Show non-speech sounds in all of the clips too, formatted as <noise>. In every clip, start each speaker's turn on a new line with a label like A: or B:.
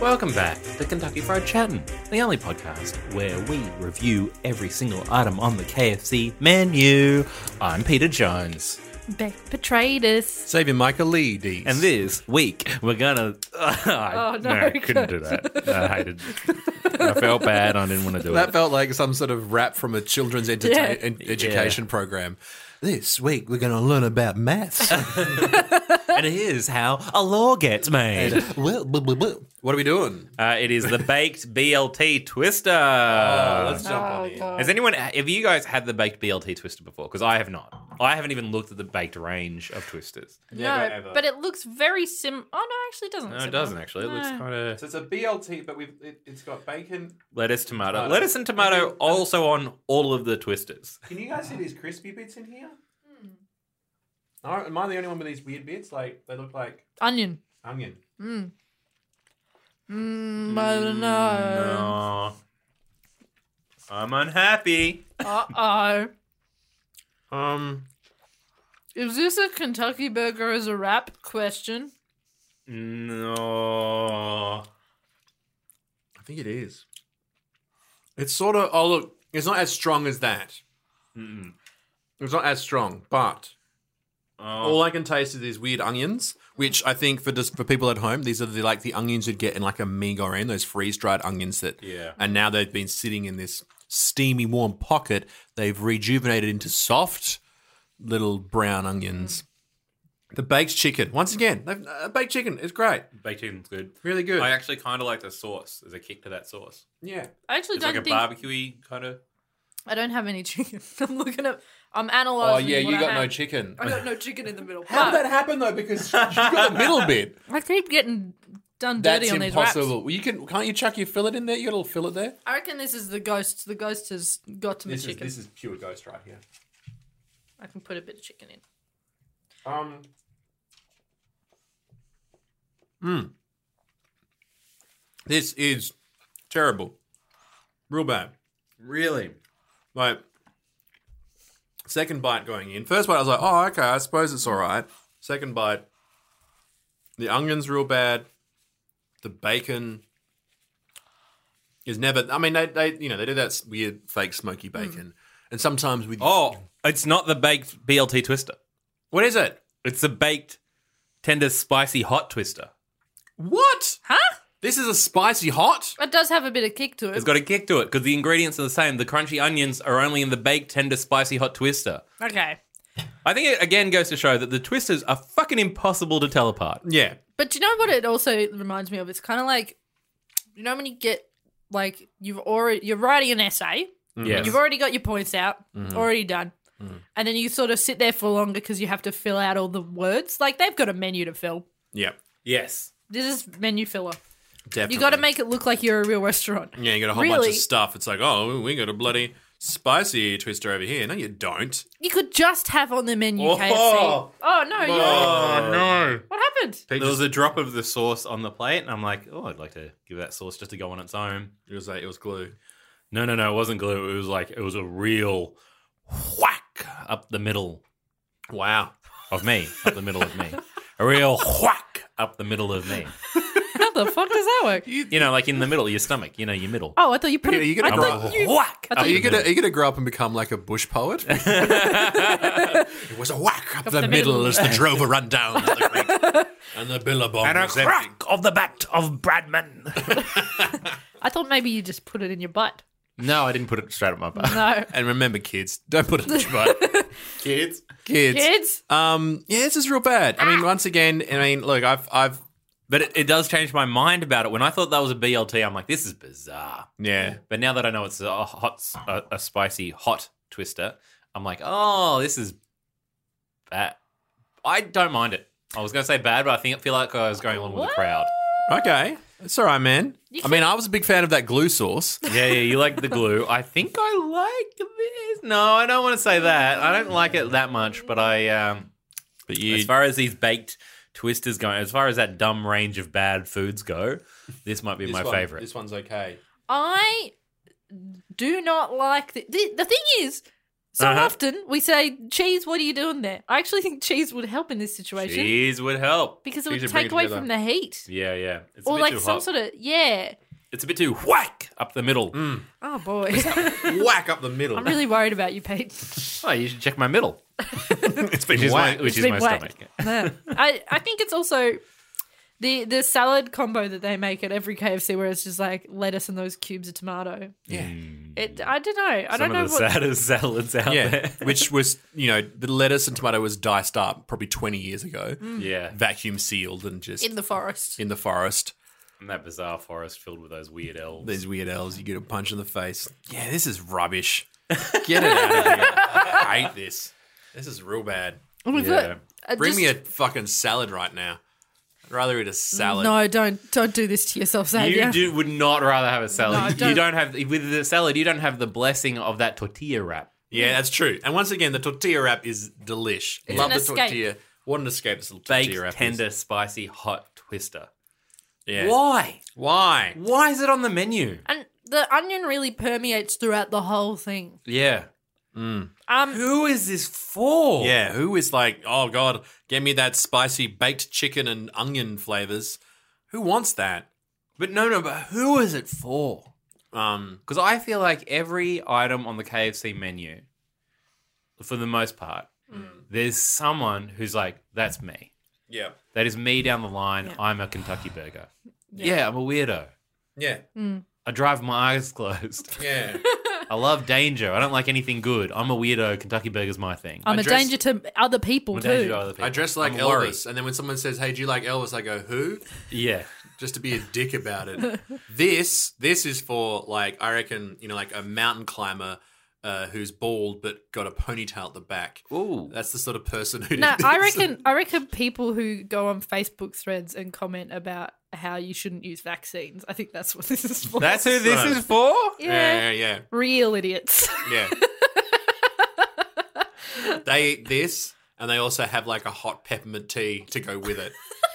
A: Welcome back to Kentucky Fried Chattin', the only podcast where we review every single item on the KFC menu. I'm Peter Jones,
B: Beck betrayed us.
C: Saving Michael Lee, Dees.
A: and this week we're
D: <laughs>
A: gonna. oh
B: no,
A: I couldn't do that. I hated. I felt bad. I didn't want to do
C: that
A: it.
C: felt like some sort of rap from a children's entertain-
B: Yeah.
C: en- education program. This week we're going to learn about <laughs> maths.
A: and here's how a law gets made.
C: And, well, blah, blah, blah. what are we doing?
D: Uh, it is the baked BLT twister.
C: Uh,
A: Oh,
C: let's jump
B: Oh,
C: on it.
D: Has anyone? Have you guys had the baked BLT twister before? Because I have not. I haven't even looked at the baked range of twisters.
B: no, but it looks very sim. Oh no, actually, it doesn't.
D: No,
B: look
D: it
B: similar.
D: doesn't actually. It looks
B: No.
D: kind of
C: So it's a BLT, but we've it, it's got bacon.
D: lettuce, tomato,
C: Tomato.
D: lettuce and tomato also on all of the twisters.
C: Can you guys see these crispy bits in here?
B: Hmm.
C: Are- Am I the only one with these weird bits? Like they look like
B: Onion.
C: onion.
B: Mm, I don't
D: Um. No,
B: know.
D: I'm unhappy.
B: Uh oh.
C: Um,
B: Is this a Kentucky burger as a wrap question?
D: No.
C: I think it is. It's sort of oh look, it's not as strong as that.
D: Mm-mm.
C: It's not as strong, but
D: Oh.
C: All I can taste is these weird onions, which I think for just for people at home, these are the like the onions you'd get in like a mee goreng, those freeze dried onions that.
D: Yeah.
C: And now they've been sitting in this steamy, warm pocket. They've rejuvenated into soft little brown onions.
D: Mm.
C: The baked chicken, once again, they've- uh, baked chicken is great,
D: Baked chicken's good.
C: really good.
D: I actually kind of like the sauce. There's a kick to that sauce.
C: yeah,
B: I actually
D: It's
B: don't
D: like a
B: think
D: barbecue kind of.
B: I don't have any chicken. <laughs> I'm looking at. I'm
C: Oh,
B: analyzing. what I have.
C: chicken.
B: I
C: <laughs>
B: got no chicken in the middle.
C: How
B: But
C: did that happen though? Because you
B: <laughs>
C: got the middle bit.
B: I keep getting done dirty
C: That's
B: on these wraps.
C: impossible. You can can't you chuck your fillet in there? You got a little fillet there.
B: I reckon this is the ghost. The ghost has got to my chicken.
C: is pure ghost right here.
B: I can put a bit of chicken in.
C: Um. Hmm. This is terrible. Real bad.
D: Really?
C: Like, second bite going in. First bite, I was like, oh, okay, I suppose it's all right. Second bite, the onion's real bad. The bacon is never, I mean, they, they you know, they do that s- weird fake smoky bacon. And sometimes with,
D: Hmm. Oh, it's not the baked BLT twister.
C: what is it?
D: It's the baked tender spicy hot twister.
C: What?
B: Huh?
C: This is a spicy hot?
B: It does have a bit of kick to it.
D: It's got a kick to it because the ingredients are the same. The crunchy onions are only in the baked tender spicy hot twister.
B: okay.
D: I think it again goes to show that the twisters are fucking impossible to tell apart.
C: Yeah.
B: But do you know what it also reminds me of? It's kind of like, you know, when you get like you've already you're writing an essay,
D: Mm-hmm. Yes.
B: you've already got your points out, already done, and then you sort of sit there for longer because you have to fill out all the words. Like they've got a menu to fill.
C: Yeah.
D: Yes.
B: This is menu filler.
C: Definitely.
B: You got to make it look like you're a real restaurant.
C: Yeah, you got a whole bunch
B: Really?
C: of stuff. It's like, oh, we got a bloody spicy twister over here. No, you don't.
B: You could just have on the menu
D: Oh.
B: KFC. Oh no! you
C: no.
B: what happened?
D: There was a drop of the sauce on the plate, and I'm like, oh, I'd like to give that sauce just to go on its own.
C: It was like, it was glue.
D: No, no, no, it wasn't glue. It was like, it was a real whack up the middle
C: Wow.
D: of me, up the middle of me. A real whack up the middle of me.
B: How the fuck does that work?
D: You know, like in the middle of your stomach, you know, your middle.
B: Oh, I thought you put
C: Yeah,
B: it.
C: you get
B: I
C: a
B: thought
C: bra-
B: you-
D: whack!
B: I
D: up
B: thought
C: Are you
D: the
C: gonna <laughs>
D: middle.
C: are you gonna grow up and become like a bush <laughs> poet? it was a whack up, the,
B: the
C: middle,
B: middle.
C: as the drover run down to the creek, and the
D: <laughs>
C: billabong
D: And a
C: was empty.
D: crack of the bat of Bradman.
B: I thought maybe you just put it in your butt.
D: <laughs> no, I didn't put it straight up my butt.
B: No,
C: And remember, kids, don't put it in your butt.
D: Kids.
C: kids.
B: kids.
C: Um, yeah, this is real bad. I mean, once again, I mean, look, I've, I've,
D: But it, it does change my mind about it. When I thought that was a BLT, I'm like, this is bizarre.
C: yeah,
D: But now that I know it's a hot, a, a spicy hot twister, I'm like, oh, this is bad. I don't mind it. I was going to say bad, but I think I feel like I was going along with the crowd.
C: okay, it's all right, man. I mean, I was a big fan of that glue sauce.
D: Yeah, yeah, you like the glue. I think I like this. No, I don't want to say that. I don't like it that much, but I um
C: But you,
D: as far as these baked twisters go, as far as that dumb range of bad foods go, this might be my favorite.
C: This one's okay.
B: I do not like the, the the thing is So
D: Uh-huh.
B: often we say, cheese, what are you doing there? I actually think cheese would help in this situation
D: Cheese would help.
B: because it would
C: Cheese would bring
B: take
C: it
B: away
C: together.
B: from the heat.
D: Yeah, yeah. It's a
B: or
D: bit
B: like
D: too
B: some
D: hot.
B: sort of, yeah.
D: It's a bit too whack up the middle.
B: Oh, boy. <laughs>
C: Whack up the middle. <laughs>
B: I'm really worried about you, Pete.
D: Oh, you should check my middle. it's been which is
C: whack.
D: my, which is
B: It's been
D: my
B: <laughs> whack.
D: stomach.
B: No. I, I think it's also the the salad combo that they make at every KFC where it's just like lettuce and those cubes of tomato.
C: yeah.
B: It I don't know. I
D: Some
B: don't know
D: of the <laughs>
B: what
D: saddest salads out
C: Yeah.
D: there. <laughs>
C: Which was, you know, the lettuce and tomato was diced up probably 20 years ago,
D: yeah.
C: vacuum sealed and just
B: Mm. in the forest.
C: in the forest.
D: And that bizarre forest filled with those weird elves.
C: These weird elves, you get a punch in the face. Yeah, this
B: <laughs>
C: is rubbish. Get it out of here. I hate this. This is real bad.
B: Oh my
D: Yeah.
B: God. I
C: Bring
B: just-
C: me a fucking salad right now. I'd rather eat a salad.
B: No, don't don't do this to yourself,
D: you
B: Xavier.
D: do, would not rather have a
B: No,
D: salad.
B: don't.
D: You don't have with the salad. You don't have the blessing of that tortilla wrap.
C: Yeah, that's true. And once again, the tortilla wrap is delish. Love
B: an
C: the
B: escape.
C: tortilla. What an escape this little
D: Baked,
C: tortilla wrap
D: tender,
C: is.
D: spicy, hot twister.
C: Yeah.
D: Why?
C: Why?
D: Why is it on the menu?
B: And the onion really permeates throughout the whole thing.
D: Yeah.
B: Um,
D: Who is this for?
C: Yeah, who is like, oh god, get me that spicy baked chicken and onion flavors? Who wants that?
D: But no, no. But who is it for?
C: Um,
D: Because I feel like every item on the KFC menu, for the most part,
B: Mm.
D: there's someone who's like, "That's me.
C: yeah,
D: That is me down the line. I'm a Kentucky
B: <sighs>
D: burger. Yeah. I'm a weirdo.
C: yeah,
D: Mm. I drive my eyes <laughs> closed. <laughs>
C: yeah.
D: I love danger. I don't like anything good. I'm a weirdo. Kentucky burger's my thing.
B: I'm
C: I
B: a
C: dress-
B: danger to other people
D: I'm a
B: too.
D: danger to other people.
C: I dress like
D: I'm a
C: Elvis,
D: worry.
C: and then when someone says, "Hey, do you like Elvis?" I go, "Who?"
D: Yeah.
C: Just to be a dick about
D: <laughs>
C: it. this, this is for like, I reckon, you know, like a mountain climber uh, who's bald but got a ponytail at the back.
D: Ooh.
C: That's the sort of person who.
B: No,
D: <laughs>
C: did
B: I
C: this.
B: reckon I reckon people who go on Facebook threads and comment about how you shouldn't use vaccines. I think that's what this is for.
D: That's who this
C: Right.
D: is for.
B: yeah.
C: <laughs> Yeah, yeah,
B: Real idiots. <laughs>
C: yeah. yeah. they eat this, and they also have like a hot peppermint tea to go with it.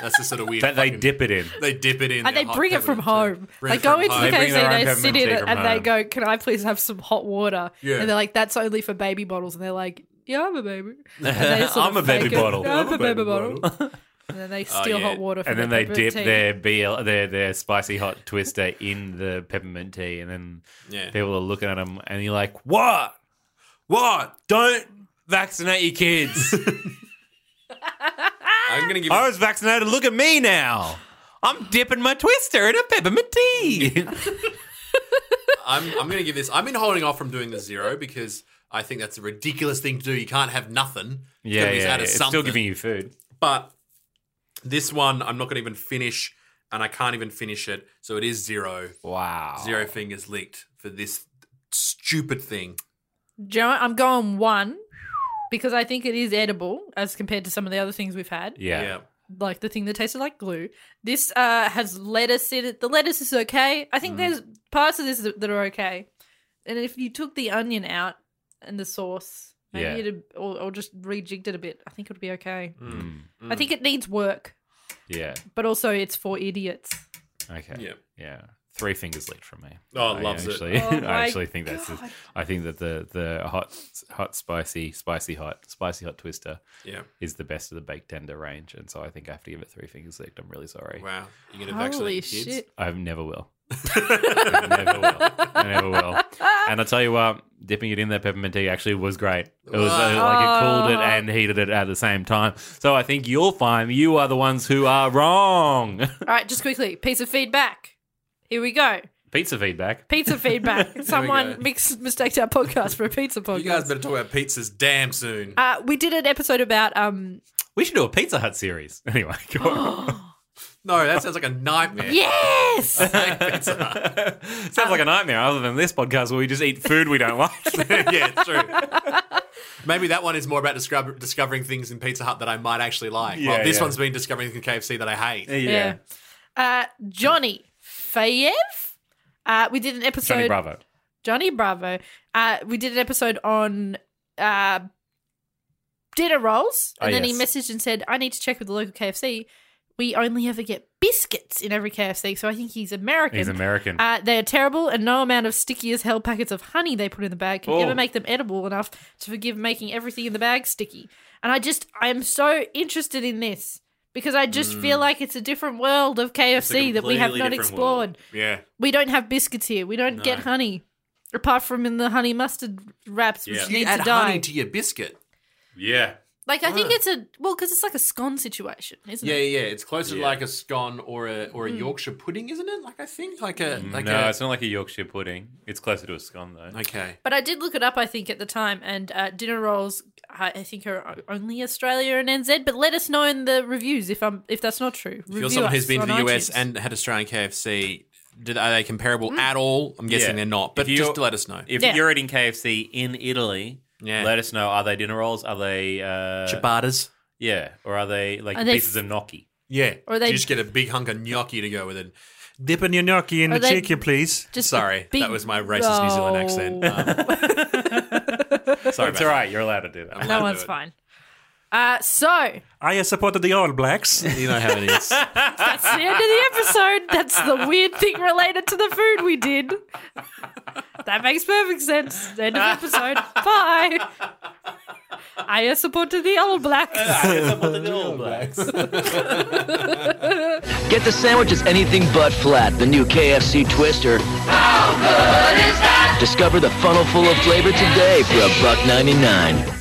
C: That's the sort of weird.
D: That they
C: fucking-
D: dip it
B: <laughs>
D: in.
C: They dip it in.
B: and they
C: their hot
B: bring it from
C: peppermint tea.
B: home.
C: Bring
B: They
C: it
B: go
C: from
B: into
C: home.
B: the
D: They bring
B: KFC,
D: their own
B: they sit
D: peppermint
B: in
D: tea
B: it,
D: from
B: and they
D: home.
B: go, "Can I please have some hot water?"
C: Yeah.
B: And they're like, "That's only for baby bottles." And they're like, "Yeah, I'm
D: <laughs>
B: a baby. And they sort
D: I'm
B: of
D: a baby
B: fake it.
D: bottle.
B: Yeah, I'm, a baby bottle." <laughs> and then they steal
C: Oh, yeah.
B: hot water, from
D: and then
B: their
D: they dip
B: peppermint tea.
D: their BL, their their spicy hot twister in the peppermint tea, and then
C: Yeah.
D: people are looking at them, and you're like, "What?
C: What?
D: Don't vaccinate your <laughs> kids!
C: I'm gonna give.
D: I was vaccinated. Look at me now. I'm dipping my twister in a peppermint <laughs> tea."
C: I'm, I'm gonna give this. I've been holding off from doing the zero because I think that's a ridiculous thing to do. You can't have nothing. It's
D: yeah, yeah,
C: gotta be
D: yeah.
C: out of
D: It's
C: something.
D: still giving you food.
C: But this one, I'm not gonna even finish, and I can't even finish it. So it is zero.
D: Wow.
C: Zero fingers licked for this stupid thing.
B: Do you know what? I'm going one because I think it is edible as compared to some of the other things we've had,
D: Yeah.
B: like the thing that tasted like glue. This uh, has lettuce in it. The lettuce is okay.
C: Mm.
B: I think there's parts of this that that are okay, and if you took the onion out and the sauce, maybe
D: Yeah.
B: it'd, or, or just rejigged it a bit, I think it would be okay.
D: Mm.
B: I think it needs work,
D: Yeah.
B: but also it's for idiots.
D: Okay.
C: Yeah.
D: Yeah. Three fingers leaked from me.
C: Oh,
D: I
C: loves it.
D: actually,
B: Oh
D: <laughs>
B: my
D: I actually think that's. The, I think that the the hot hot spicy spicy hot spicy hot twister
C: Yeah.
D: is the best of the baked tender range, and so I think I have to give it three fingers licked. I'm really sorry.
C: Wow. You're gonna vaccinate
B: Holy
C: your kids? <laughs>
B: shit!
D: I never will. I never will. I never will. And I'll tell you what, dipping it in that peppermint tea actually was great. It was uh, like it cooled it and heated it at the same time. So I think you'll find you are the ones who are wrong. <laughs>
B: All right, just quickly, piece of feedback. Here we go.
D: Pizza feedback.
B: Pizza
C: <laughs>
B: feedback.
C: go.
B: Someone mix, mistaked our podcast for a pizza podcast.
C: You guys better talk about pizzas damn soon.
B: uh, we did an episode about um.
D: We should do a Pizza Hut series. <laughs> Anyway, go
C: <gasps>
D: on.
C: No, that sounds like a nightmare. <laughs>
B: Yes.
D: Sounds like a nightmare other than this podcast where we just eat food we don't <laughs> like.
C: <laughs> yeah, it's true.
B: <laughs>
C: Maybe that one is more about discover- discovering things in Pizza Hut that I might actually like.
D: Yeah,
C: well, this
D: yeah. Eh.
C: one's been discovering things in KFC that I hate.
B: yeah. Uh, Johnny Fayev. Uh, we did an episode.
D: Johnny Bravo.
B: Johnny Bravo. Uh, we did an episode on uh, dinner rolls, and
D: Oh,
B: then he
D: yes.
B: messaged and said, "I need to check with the local KFC. We only ever get biscuits in every KFC, so I think he's American.
D: He's American.
B: Uh, they are terrible, and no amount of sticky as hell packets of honey they put in the bag can
D: Oh.
B: ever make them edible enough to forgive making everything in the bag sticky. And I just, I am so interested in this because I just feel like it's a different world of
C: Mm. It's a
B: KFC that we have
C: completely
B: not
C: different
B: explored.
C: world. Yeah.
B: We don't have biscuits here. We don't get
C: No.
B: honey, apart from in the honey mustard wraps, which
C: Yeah.
B: need
C: You
B: to
C: add
B: die.
C: honey to your biscuit.
D: yeah.
B: like I think
C: Ah.
B: it's a well, because it's like a scone situation, isn't
C: Yeah,
B: it?
C: yeah. It's closer to
D: Yeah.
C: like a scone or a or
B: Mm.
C: a Yorkshire pudding, isn't it? Like I think like a like
D: Mm. no,
C: a
D: it's not like a Yorkshire pudding. It's closer to a scone though.
C: okay.
B: But I did look it up, I think, at the time, and uh, dinner rolls, I, I think, are o- only Australia and NZ. But let us know in the reviews if I'm if that's not true.
C: If
B: Review
C: you're someone
B: us
C: who's been to the
B: on
C: US
B: iTunes. Mm.
C: and had Australian KFC, did, are they comparable at all? I'm guessing
D: Yeah.
C: they're not, but
D: If
C: just
D: you're-
C: to let us know.
D: If
B: Yeah.
D: you're eating KFC in Italy,
C: Yeah.
D: let us know. Are they dinner rolls? Are they uh,
C: Ciabattas.
D: Yeah, or are they like
B: Are they
D: pieces of
B: <laughs>
D: gnocchi?
C: Yeah.
B: Or they-
C: you just get a big hunk of gnocchi to go with it. Dipping your gnocchi in
B: Are
C: the
B: they-
C: chicken, please.
B: Just
C: Sorry,
B: the big-
C: that was my racist New Zealand accent.
B: Oh.
C: Um, sorry,
D: It's
C: about
D: all right. You're allowed to do
C: I'm
D: that.
B: no
C: allowed to
B: one's
C: do it.
B: fine. Uh, so
E: I supported the All Blacks.
C: You know how it is.
B: that's the end of the episode. That's the weird thing related to the food we did. That makes perfect sense. End of episode. Bye. I supported the All Blacks.
D: <laughs>
F: Get the sandwich as anything but flat. The new KFC Twister. How good is that? Discover the funnel full of flavor today for a buck 99.